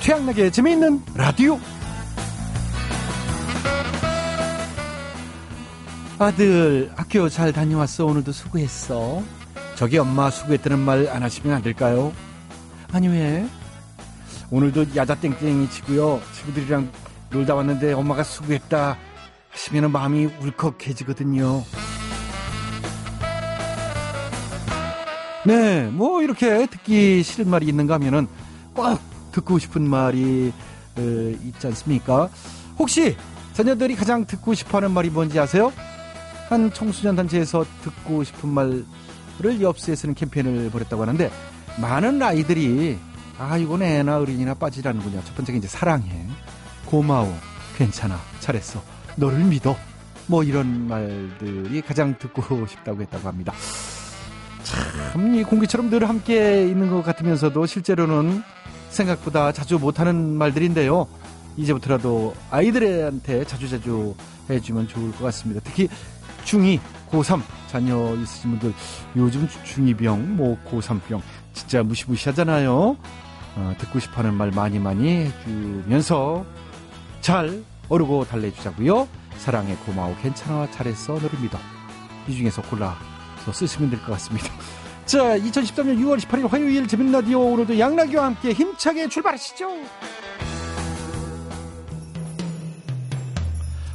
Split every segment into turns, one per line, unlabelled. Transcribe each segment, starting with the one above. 태양나게 재미있는 라디오. 아들, 학교 잘 다녀왔어. 오늘도 수고했어. 저기 엄마 수고했다는 말 안 하시면 안 될까요? 아니, 왜? 오늘도 야자땡땡이 치고요. 친구들이랑 놀다 왔는데 엄마가 수고했다 하시면 마음이 울컥해지거든요. 네, 뭐 이렇게 듣기 싫은 말이 있는가 하면은 꼭 듣고 싶은 말이 어, 있지 않습니까? 혹시 자녀들이 가장 듣고 싶어하는 말이 뭔지 아세요? 한 청소년 단체에서 듣고 싶은 말을 엽서에 쓰는 캠페인을 벌였다고 하는데 많은 아이들이 아 이건 애나 어린이나 빠지라는군요. 첫 번째가 이제 사랑해, 고마워, 괜찮아, 잘했어, 너를 믿어 뭐 이런 말들이 가장 듣고 싶다고 했다고 합니다. 참, 이 공기처럼 늘 함께 있는 것 같으면서도 실제로는 생각보다 자주 못하는 말들인데요. 이제부터라도 아이들한테 자주자주 해주면 좋을 것 같습니다. 특히 중2, 고3 자녀 있으신 분들 요즘 중2병, 뭐 고3병 진짜 무시무시하잖아요. 어, 듣고 싶어하는 말 많이 많이 해주면서 잘 어르고 달래주자고요. 사랑해, 고마워, 괜찮아, 잘했어, 너를 믿어. 이 중에서 골라 더 쓰시면 될 것 같습니다. 자, 2013년 6월 18일 화요일 재밌는 라디오 오늘도 양락이와 함께 힘차게 출발하시죠.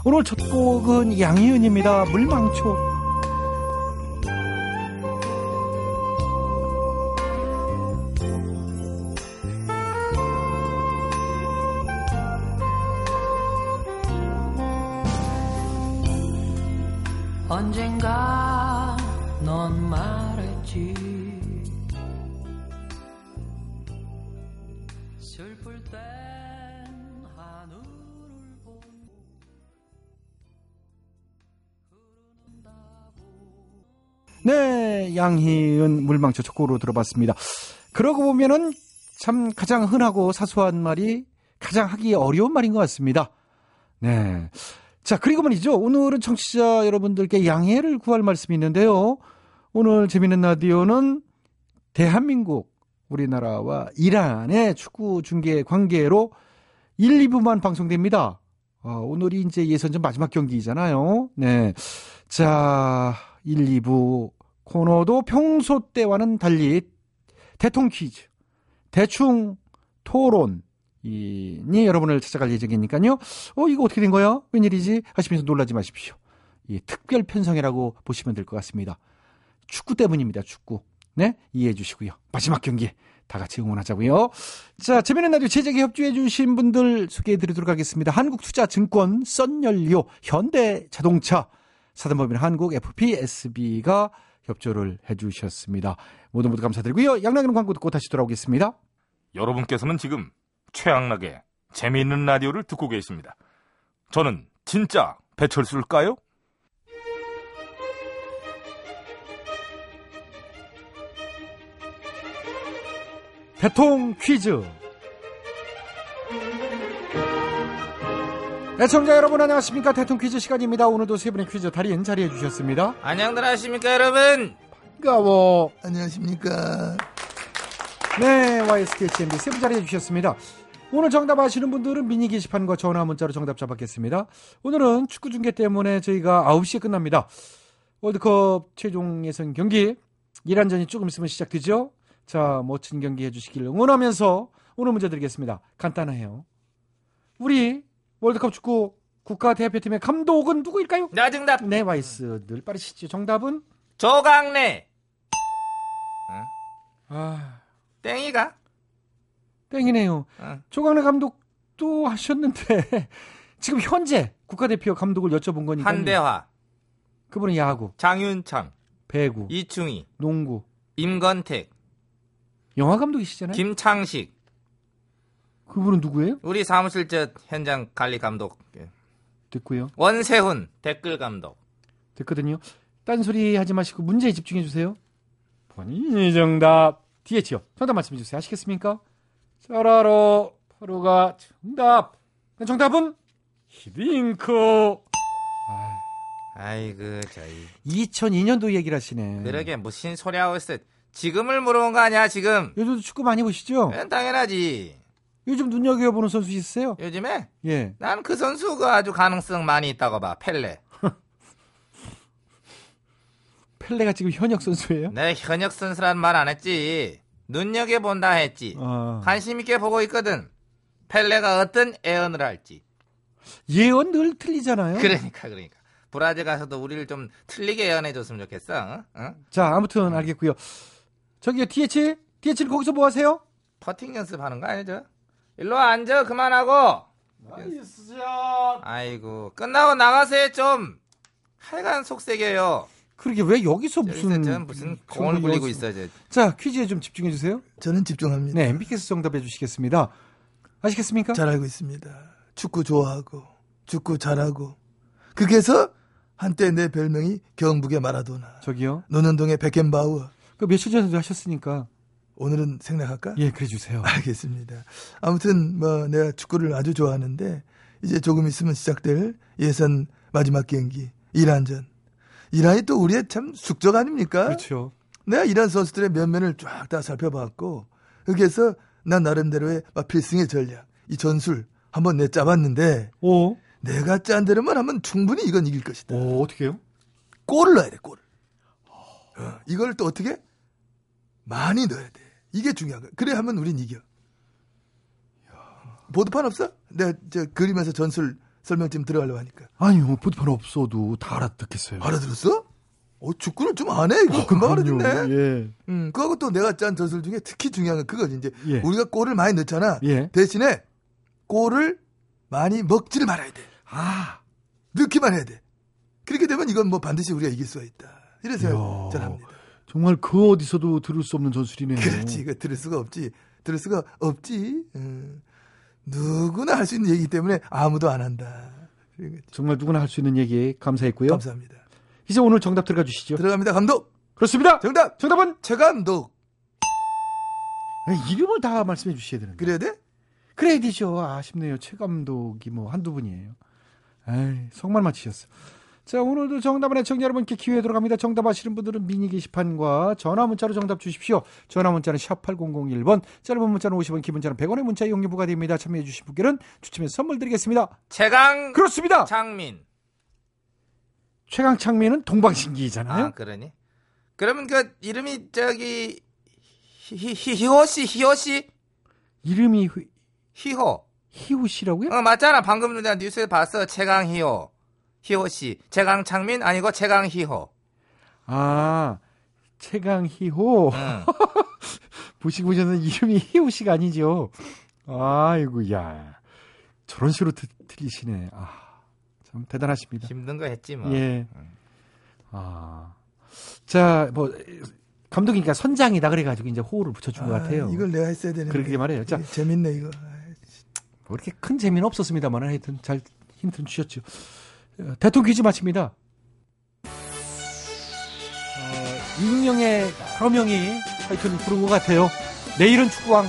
오늘 첫 곡은 양희은입니다. 물망초.
언젠가 넌 말했지 슬플 땐 하늘을 보고
네, 양희은 물망초 첫 곡으로 들어봤습니다. 그러고 보면은 참 가장 흔하고 사소한 말이 가장 하기 어려운 말인 것 같습니다. 네. 자, 그리고 말이죠. 오늘은 청취자 여러분들께 양해를 구할 말씀이 있는데요. 오늘 재밌는 라디오는 대한민국, 우리나라와 이란의 축구 중계 관계로 1, 2부만 방송됩니다. 어, 오늘이 이제 예선전 마지막 경기잖아요. 네. 자, 1, 2부 코너도 평소 때와는 달리 대통 퀴즈, 대충 토론, 이,니 여러분을 찾아갈 예정이니까요. 어, 이거 어떻게 된 거야? 웬일이지? 하시면서 놀라지 마십시오. 이 특별 편성이라고 보시면 될 것 같습니다. 축구 때문입니다, 축구. 네? 이해해 주시고요. 마지막 경기 다 같이 응원하자고요. 자, 재미있는 라디오 제작에 협조해 주신 분들 소개해 드리도록 하겠습니다. 한국투자증권, 썬연료, 현대자동차, 사단법인 한국 FPSB가 협조를 해 주셨습니다. 모두 모두 감사드리고요. 양락이는 광고 듣고 다시 돌아오겠습니다.
여러분께서는 지금 최양락의 재미있는 라디오를 듣고 계십니다. 저는 진짜 배철수일까요?
대통 퀴즈. 애청자 여러분 안녕하십니까 대통 퀴즈 시간입니다. 오늘도 세 분의 퀴즈 달인 자리해 주셨습니다.
안녕들 하십니까 여러분?
가워.
안녕하십니까.
뭐, 네, YSKCMB 세분 자리해 주셨습니다. 오늘 정답 아시는 분들은 미니 게시판과 전화 문자로 정답 잡았겠습니다. 오늘은 축구 중계 때문에 저희가 9시에 끝납니다. 월드컵 최종 예선 경기 이란전이 조금 있으면 시작되죠. 자, 멋진 경기 해주시길 응원하면서 오늘 문제 드리겠습니다. 간단해요. 우리 월드컵 축구 국가 대표팀의 감독은 누구일까요?
나 정답
네, 와이스 늘 빠르시죠. 정답은
조강래
아,
땡이가
땡이네요.
어.
조강래 감독도 하셨는데 지금 현재 국가대표 감독을 여쭤본 거니까
한대화
그분은 야구,
장윤창
배구,
이충희
농구,
임건택
영화 감독이시잖아요.
김창식
그분은 누구예요?
우리 사무실 저 현장 관리 감독 예,
됐고요.
원세훈 댓글 감독
됐거든요. 딴소리 하지 마시고 문제에 집중해 주세요. 본인이 정답. 뒤에 지요. 정답 말씀해 주세요. 아시겠습니까? 짜라로 파루가 정답. 네, 정답은 히딩크.
아이고 저희
아, 2002년도 얘기를 하시네.
그러게 무슨 소리 하고 있어 지금을 예, 물어본 거 아니야 지금 네.
요즘도 축구 많이 보시죠?
그건 당연하지
요즘 눈여겨보는 선수 있으세요?
요즘에
예.
난 그 선수가 아주 가능성 많이 있다고 봐. 펠레.
펠레가 지금 현역 선수예요?
내 현역 선수란 말 안 했지. 눈여겨 본다 했지.
아.
관심 있게 보고 있거든. 펠레가 어떤 애언을 할지.
예언 늘 틀리잖아요.
그러니까 그러니까. 브라질 가서도 우리를 좀 틀리게 애언해 줬으면 좋겠어. 어? 어?
자, 아무튼 알겠고요. 저기요, DH? DH 는 거기서 뭐 하세요?
퍼팅 연습하는 거 아니죠? 일로 와, 앉아 그만하고. 아이고 끝나고 나가세요 좀. 하여간 속색이에요.
그러게 왜 여기서
무슨
무슨
무슨 공을 굴리고 있어 이제.
자, 퀴즈에 좀 집중해 주세요.
저는 집중합니다.
네, MBK에서 정답해 주시겠습니다. 아시겠습니까?
잘 알고 있습니다. 축구 좋아하고 축구 잘하고 그래서 한때 내 별명이 경북의 마라도나
저기요.
노년동의 백켄바우어
그 며칠 전에도 하셨으니까
오늘은 생략할까?
예, 그래 주세요.
알겠습니다. 아무튼 뭐 내가 축구를 아주 좋아하는데 이제 조금 있으면 시작될 예선 마지막 경기 이란전. 이란이 또 우리의 참 숙적 아닙니까?
그렇죠.
내가 이란 선수들의 면면을 쫙 다 살펴봤고 그래서 난 나름대로의 막 필승의 전략, 이 전술 한번 내 짜봤는데
오.
내가 짠 대로만 하면 충분히 이건 이길 것이다.
오, 어? 어떻게 해요?
골을 넣어야 돼, 골을. 어, 이걸 또 어떻게? 많이 넣어야 돼. 이게 중요한 거야. 그래 하면 우린 이겨. 보드판 없어? 내가 저 그림에서 전술 설명 좀 들어가려고 하니까.
아니요, 보드판 없어도 다 알아듣겠어요.
알아들었어? 어, 축구를 좀 안 해.
그
이거 금방 알아듣네.
예.
음, 그거하고 또 내가 짠 전술 중에 특히 중요한 건 그거지. 이제
예.
우리가 골을 많이 넣잖아.
예.
대신에 골을 많이 먹지를 말아야 돼.
아,
넣기만 해야 돼. 그렇게 되면 이건 뭐 반드시 우리가 이길 수가 있다. 이런
이야.
생각을 잘 합니다.
정말 그 어디서도 들을 수 없는 전술이네요.
그렇지. 이거 들을 수가 없지. 들을 수가 없지. 음, 누구나 할 수 있는 얘기이기 때문에 아무도 안 한다. 그런 거지.
정말 누구나 할 수 있는 얘기 감사했고요.
감사합니다. 그-
이제 오늘 정답 들어가 주시죠.
들어갑니다. 감독.
그렇습니다.
정답.
정답은
최 감독.
아니, 이름을 다 말씀해 주셔야 되는데.
그래야 돼?
그래야 되죠. 아, 아쉽네요. 최 감독이 뭐 한두 분이에요. 에이, 성만 맞히셨어요. 자, 오늘도 정답은 애청자 여러분께 기회 들어갑니다. 정답 아시는 분들은 미니 게시판과 전화 문자로 정답 주십시오. 전화 문자는 샵 8001번, 짧은 문자는 50원, 긴 문자는 100원의 문자 이용료 부과됩니다. 참여해 주신 분께는 추첨해서 선물 드리겠습니다.
최강
그렇습니다.
창민.
최강창민은 동방신기잖아요.
아 그러니? 그러면 그 이름이 저기 히- 히- 히- 히호 씨 히호 씨
이름이 휘-
히호.
희우씨라고요?
어 맞잖아 방금 전에 뉴스에 봤어 최강 히호 히호 씨 최강 창민 아니고 최강 히호.
아, 최강희호.
응.
보시고 보셨는 이름이 희우씨가 아니죠. 아이고, 야. 저런 식으로 트- 틀리시네. 아, 참 대단하십니다.
힘든 거 했지 뭐.
예. 아. 자, 뭐, 감독이니까 선장이다 그래가지고 이제 호호를 붙여준 것
아,
같아요.
이걸 내가 했어야 되는데.
그러게 말해요. 자,
이게 재밌네 이거. 아이,
뭐 이렇게 큰 재미는 없었습니다만 하여튼 잘 힌트는 주셨죠. 어, 대통령 퀴즈 마칩니다. 어, 익명의 여러 명이 하여튼 부른 것 같아요. 내일은 축구왕.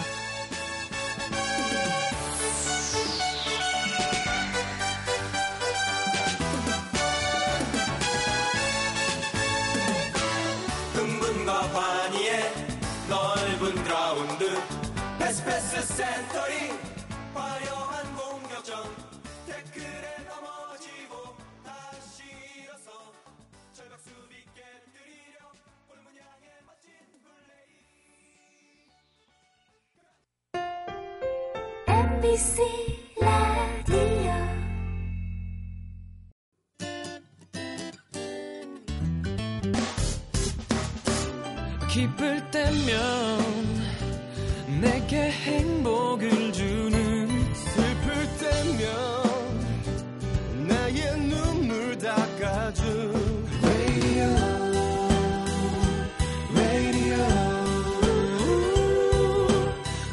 MBC 라디오
기쁠 때면 내게 행복을 주는 슬플 때면 나의 눈물 닦아준 Radio Radio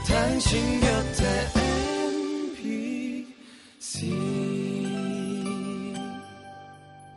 당신 곁에 MBC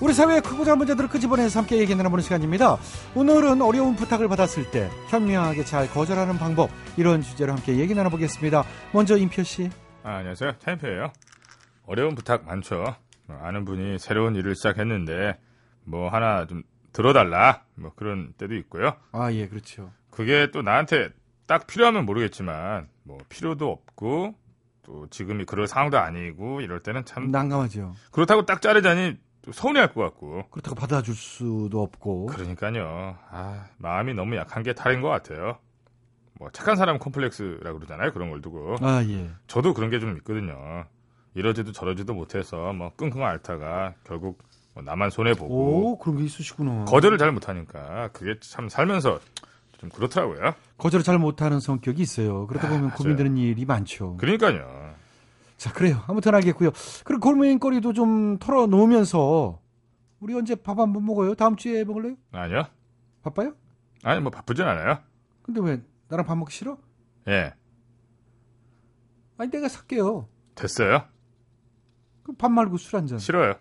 우리 사회의 크고 작은 문제들을 끄집어내서 함께 얘기해 나보는 시간입니다. 오늘은 어려운 부탁을 받았을 때 현명하게 잘 거절하는 방법 이런 주제로 함께 얘기 나눠보겠습니다. 먼저 임표 씨.
아, 안녕하세요. 차인표예요. 어려운 부탁 많죠. 어, 아는 분이 새로운 일을 시작했는데 뭐 하나 좀 들어달라 뭐 그런 때도 있고요.
아, 예, 그렇죠.
그게 또 나한테 딱 필요하면 모르겠지만 뭐 필요도 없고 또 지금이 그럴 상황도 아니고 이럴 때는 참
음. 난감하죠.
그렇다고 딱 자르자니 또 서운해할 것 같고
그렇다고 받아줄 수도 없고.
그러니까요. 아, 마음이 너무 약한 게 탈인 것 같아요. 뭐 착한 사람 콤플렉스라고 그러잖아요. 그런 걸 두고
아, 예.
저도 그런 게 좀 있거든요. 이러지도 저러지도 못해서 뭐 끙끙 앓다가 결국 뭐 나만 손해 보고
오, 그런 게 있으시구나.
거절을 잘 못하니까 그게 참 살면서 좀 그렇더라고요.
거절을 잘 못하는 성격이 있어요. 그러다 보면
맞아요.
고민되는 일이 많죠.
그러니까요.
자, 그래요. 아무튼 알겠고요. 그리고 골무인거리도 좀 털어놓으면서 우리 언제 밥 한 번 먹어요? 다음 주에 먹을래요?
아니요.
바빠요?
아니 뭐 바쁘진 않아요.
근데 왜 나랑 밥 먹기 싫어?
예,
아니 내가 살게요.
됐어요.
그럼 밥 말고 술 한 잔.
싫어요.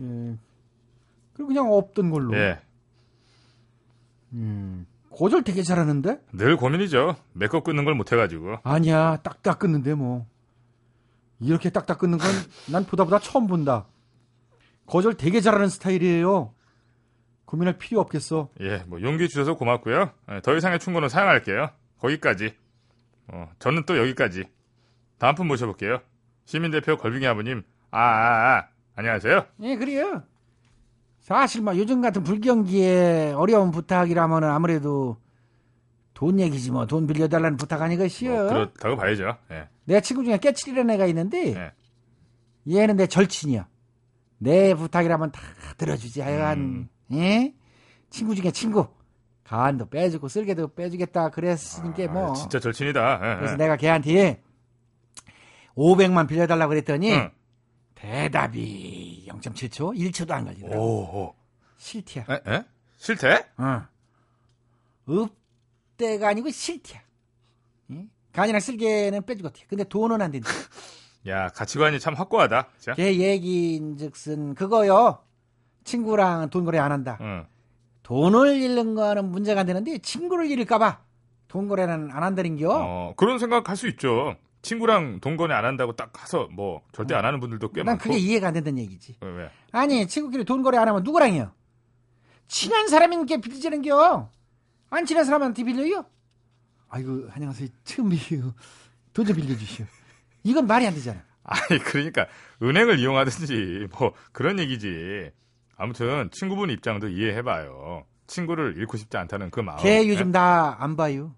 예. 그리고 그냥 없던 걸로.
예,
음. 거절 되게 잘하는데?
늘 고민이죠. 메꿔 끊는 걸 못해가지고.
아니야. 딱딱 끊는데 뭐. 이렇게 딱딱 끊는 건 난 보다 보다 처음 본다. 거절 되게 잘하는 스타일이에요. 고민할 필요 없겠어.
예, 뭐 용기 주셔서 고맙고요. 예, 더 이상의 충고는 사양할게요. 거기까지. 어, 저는 또 여기까지. 다음 분 모셔볼게요. 시민대표 걸빙이 아버님. 아, 아, 아. 안녕하세요.
예, 그래요. 사실 막 요즘 같은 불경기에 어려운 부탁이라면은 아무래도 돈 얘기지 뭐 돈 빌려달라는 부탁 아니겠시여.
뭐 그렇다고 봐야죠. 예.
내 친구 중에 깨칠이라는 애가 있는데
예.
얘는 내 절친이야. 내 부탁이라면 다 들어주지.
음.
하여간 예? 친구 중에 친구. 간도 빼주고 쓸개도 빼주겠다 그랬으니까
아,
뭐.
진짜 절친이다. 예,
그래서
예.
내가 걔한테 500만 빌려달라고 그랬더니
응.
대답이 0.7초, 1초도 안 걸리더라고.
오, 오.
실티야.
에? 에? 싫대?
어. 읍대가 아니고 실티야. 응? 간이랑 쓸개는 빼주고 어떡해. 근데 돈은 안 된다.
야, 가치관이 참 확고하다. 진짜.
걔 얘기인즉슨 그거요. 친구랑 돈 거래 안 한다.
응.
돈을 잃는 거는 문제가 안 되는데 친구를 잃을까봐 돈 거래는 안 한다는겨.
어, 그런 생각 할 수 있죠. 친구랑 동거래 안 한다고 딱 가서 뭐 절대 안 하는 분들도 꽤
난
많고.
그게 이해가 안 된다는 얘기지.
왜, 왜?
아니 친구끼리 돈 거래 안 하면 누구랑 해요? 친한 사람인게 빌리지는겨. 안 친한 사람한테 빌려요? 아이고 안녕하세요 처음이에요. 돈 좀 빌려주시오. 이건 말이 안 되잖아.
아니 그러니까 은행을 이용하든지 뭐 그런 얘기지. 아무튼 친구분 입장도 이해해봐요. 친구를 잃고 싶지 않다는 그 마음.
걔 요즘 나 안 봐요.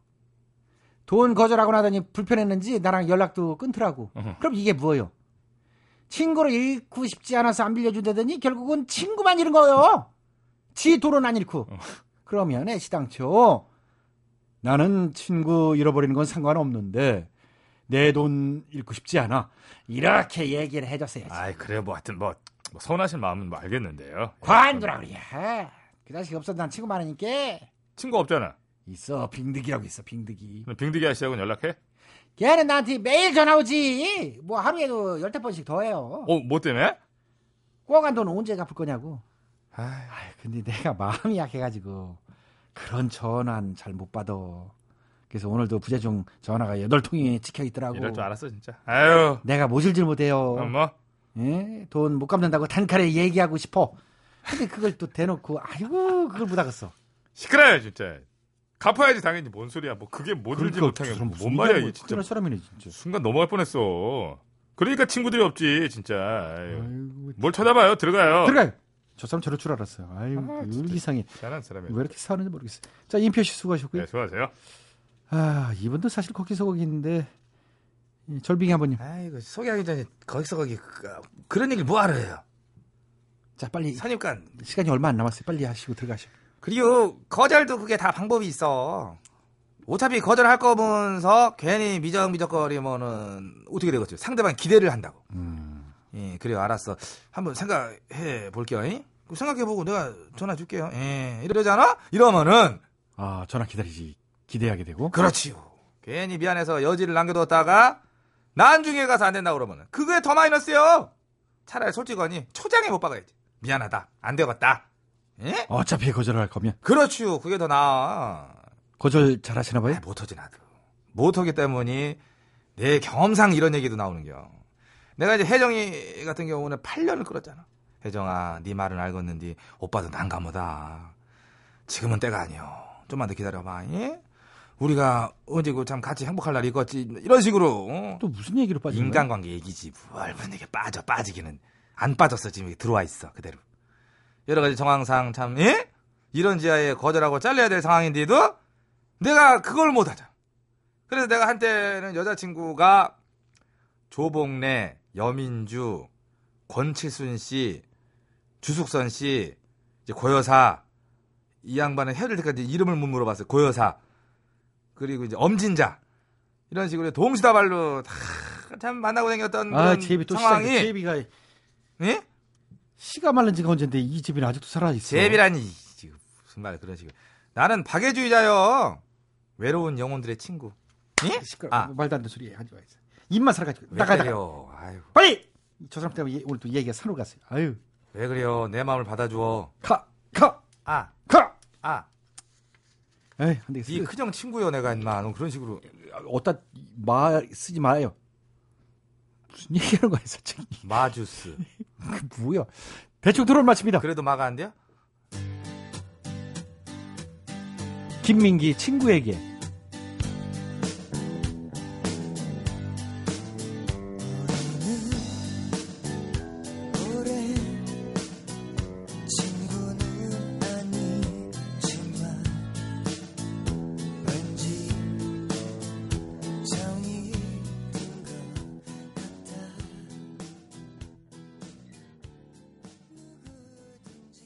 돈 거절하고 나더니 불편했는지 나랑 연락도 끊더라고.
어허.
그럼 이게 뭐예요? 친구를 잃고 싶지 않아서 안 빌려준다더니 결국은 친구만 잃은 거예요. 지 돈은 안 잃고.
음.
그러면 애시당초 나는 친구 잃어버리는 건 상관없는데 내 돈 잃고 싶지 않아. 이렇게 얘기를 해줬어야지.
아 그래 뭐 하여튼 뭐, 뭐 서운하신 마음은 뭐 알겠는데요.
관두라 그래. 그 자식 없어도 난 친구 많으니까
친구 없잖아.
있어 빙득이라고 있어 빙득이.
그럼 빙득이 아씨하고는 연락해?
걔는 나한테 매일 전화 오지. 뭐 하루에도 열댓 번씩 더 해요.
어, 뭐 때문에?
꼬간 돈 언제 갚을 거냐고.
아이,
아이, 근데 내가 마음이 약해가지고 그런 전화는 잘 못 받아. 그래서 오늘도 부재중 전화가 여덟 통이 찍혀 있더라고.
이럴 줄 알았어 진짜. 아유,
내가 모질질 못해요.
그럼 뭐
예? 돈 못 갚는다고 단칼에 얘기하고 싶어. 근데 그걸 또 대놓고 아이고 그걸 못 하겠어.
시끄러요 진짜. 갚아야지 당연히 뭔 소리야. 뭐 그게 뭐 들지 못하게 뭔 말이야 이 진짜.
그러니까 큰 사람이네 진짜.
순간 넘어갈 뻔했어. 그러니까 친구들이 없지 진짜. 아유.
아이고,
뭘 쳐다봐요? 들어가요.
들어가요. 저 사람 저럴 줄 알았어요. 아이고
아,
그
진짜.
이상해.
희한한 사람이에요.
왜 이렇게 사는지 모르겠어요. 자, 임표 씨 수고하셨고요.
네, 수고하세요.
아, 이분도 사실 거기서 거기인데 이 절빙이 아버님.
아이고 소개하기 전에 거기서 거기 그- 그런 얘기를 뭐하러 해요?
자, 빨리
선입관.
시간이 얼마 안 남았어요. 빨리 하시고 들어가시고.
그리고 거절도 그게 다 방법이 있어. 어차피 거절할 거면서 괜히 미적미적거리면은 어떻게 되겠죠? 상대방 기대를 한다고. 예, 그래요. 알았어. 한번 생각해 볼게요. 잉? 그럼 생각해보고 내가 전화 줄게요. 예, 이러잖아? 이러면은
아, 전화 기다리지. 기대하게 되고.
그렇지요. 괜히 미안해서 여지를 남겨뒀다가 나중에 가서 안 된다 그러면 그게 더 마이너스요. 차라리 솔직하니 초장에 못 박아야지.
미안하다. 안 되겠다. 예?
어차피 거절할 거면
그렇지요. 그게 더 나아.
거절 잘하시나 봐요.
아, 못하지 나도. 못하기 때문에 내 경험상 이런 얘기도 나오는겨. 내가 이제 혜정이 같은 경우는 8년을 끌었잖아. 혜정아, 네 말은 알겠는데 오빠도 난감하다. 지금은 때가 아니여. 좀만 더 기다려봐. 예? 우리가 언제고 그 참 같이 행복할 날이 있겠지. 이런 식으로. 어?
아, 또 무슨 얘기로 빠진 거야?
인간관계 얘기지 뭘 분위기 빠져 빠지기는 안 빠졌어 지금 여기 들어와 있어 그대로 여러 가지 정황상 참 예? 이런 지하에 거절하고 잘려야 될 상황인데도 내가 그걸 못하자 그래서 내가 한때는 여자친구가 조복래 여민주 권칠순 씨 주숙선 씨 이제 고여사 이 양반은 해를 때까지 이름을 못 물어봤어요 고여사 그리고 이제 엄진자 이런 식으로 동시다발로 다 참 만나고 다녔던
아,
그런
제비 또 시작해.
상황이
제비가
예?
시가 말른 지가 언젠데 이 제비는 아직도 살아 있어.
제비라니 지금 무슨 말 그런 식으로 나는 박애주의자요 외로운 영혼들의 친구 예?
시끄러.
아.
워 말도 안 되는 소리 하지 마. 입만 살아가지고
왜
나가 나가.
그래요 아유,
빨리 저 사람 때문에 얘- 오늘 또 얘기가 산으로 갔어요. 아유
왜 그래요 내 마음을 받아주어
가가
아,
가.
아,
에이 안 되겠어.
이네 큰형 친구요 내가 인마 너 그런 식으로
어디다 말 쓰지 마요. 무슨 얘기하는 거야, 솔직히.
마주스
그 뭐야. 대충 들어올 맞춥니다.
그래도 마가 안 돼요?
김민기 친구에게.
오랜 친구는 아니지만 왠지 정이 든것 같아 누구든지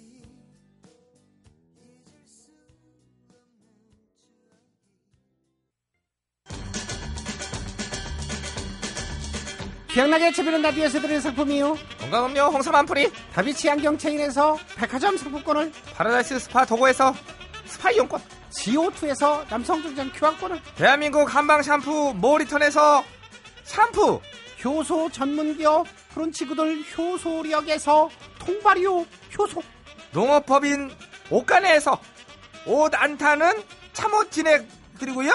잊을 수
기억나게 채비는 라디오에서 드리는 상품이요.
건강음료 홍삼 한 풀이
다비치 안경 체인에서 백화점 상품권을,
파라다이스 스파 도고에서 스파 이용권
GO2에서 남성중장 교환권을,
대한민국 한방 샴푸 모리턴에서 샴푸
효소 전문기업 프론치구들 효소력에서 통발효 효소,
농업법인 옷가네에서 옷 안타는 참옷 진액 드리고요.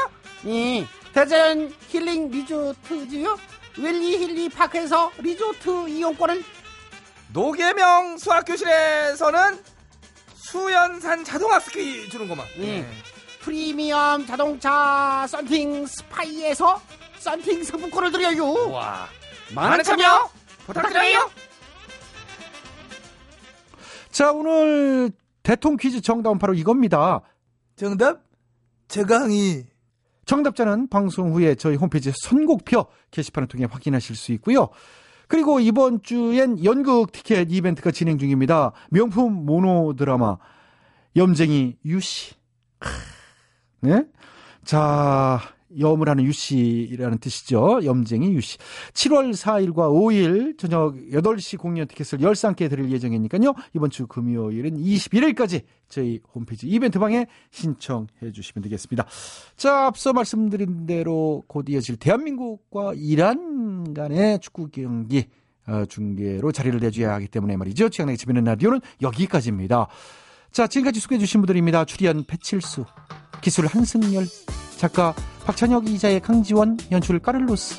이 대전 힐링 리조트지요. 웰리 힐리 파크에서 리조트 이용권을,
노계명 수학교실에서는 수연산 자동학습기 주는 것만. 네.
이 프리미엄 자동차 썬팅 스파이에서 썬팅 상품권을 드려요.
와.
많은 참여 부탁드려요.
자, 오늘 대통 퀴즈 정답은 바로 이겁니다.
정답 최강희
정답자는 방송 후에 저희 홈페이지 선곡표 게시판을 통해 확인하실 수 있고요. 그리고 이번 주엔 연극 티켓 이벤트가 진행 중입니다. 명품 모노드라마 염쟁이 유씨. 크, 네? 자, 염을 하는 유씨라는 뜻이죠. 염쟁이 유씨. 7월 4일과 5일 저녁 8시 공연 티켓을 13개 드릴 예정이니까요. 이번 주 금요일은 21일까지 저희 홈페이지 이벤트방에 신청해 주시면 되겠습니다. 자, 앞서 말씀드린 대로 곧 이어질 대한민국과 이란 간의 축구 경기 어, 중계로 자리를 내줘야 하기 때문에 말이죠. 취향나게 재밌는 라디오는 여기까지입니다. 자, 지금까지 소개해 주신 분들입니다. 출연 배칠수, 기술 한승열, 작가 박찬혁 이자의 강지원, 연출 까를로스.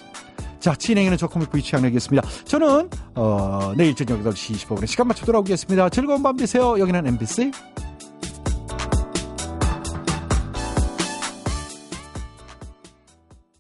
자, 진행에는 저 코믹 부이 취향나겠습니다. 저는 어, 내일 저녁 8시 25분에 시간 맞춰 돌아오겠습니다. 즐거운 밤 되세요. 여기는 MBC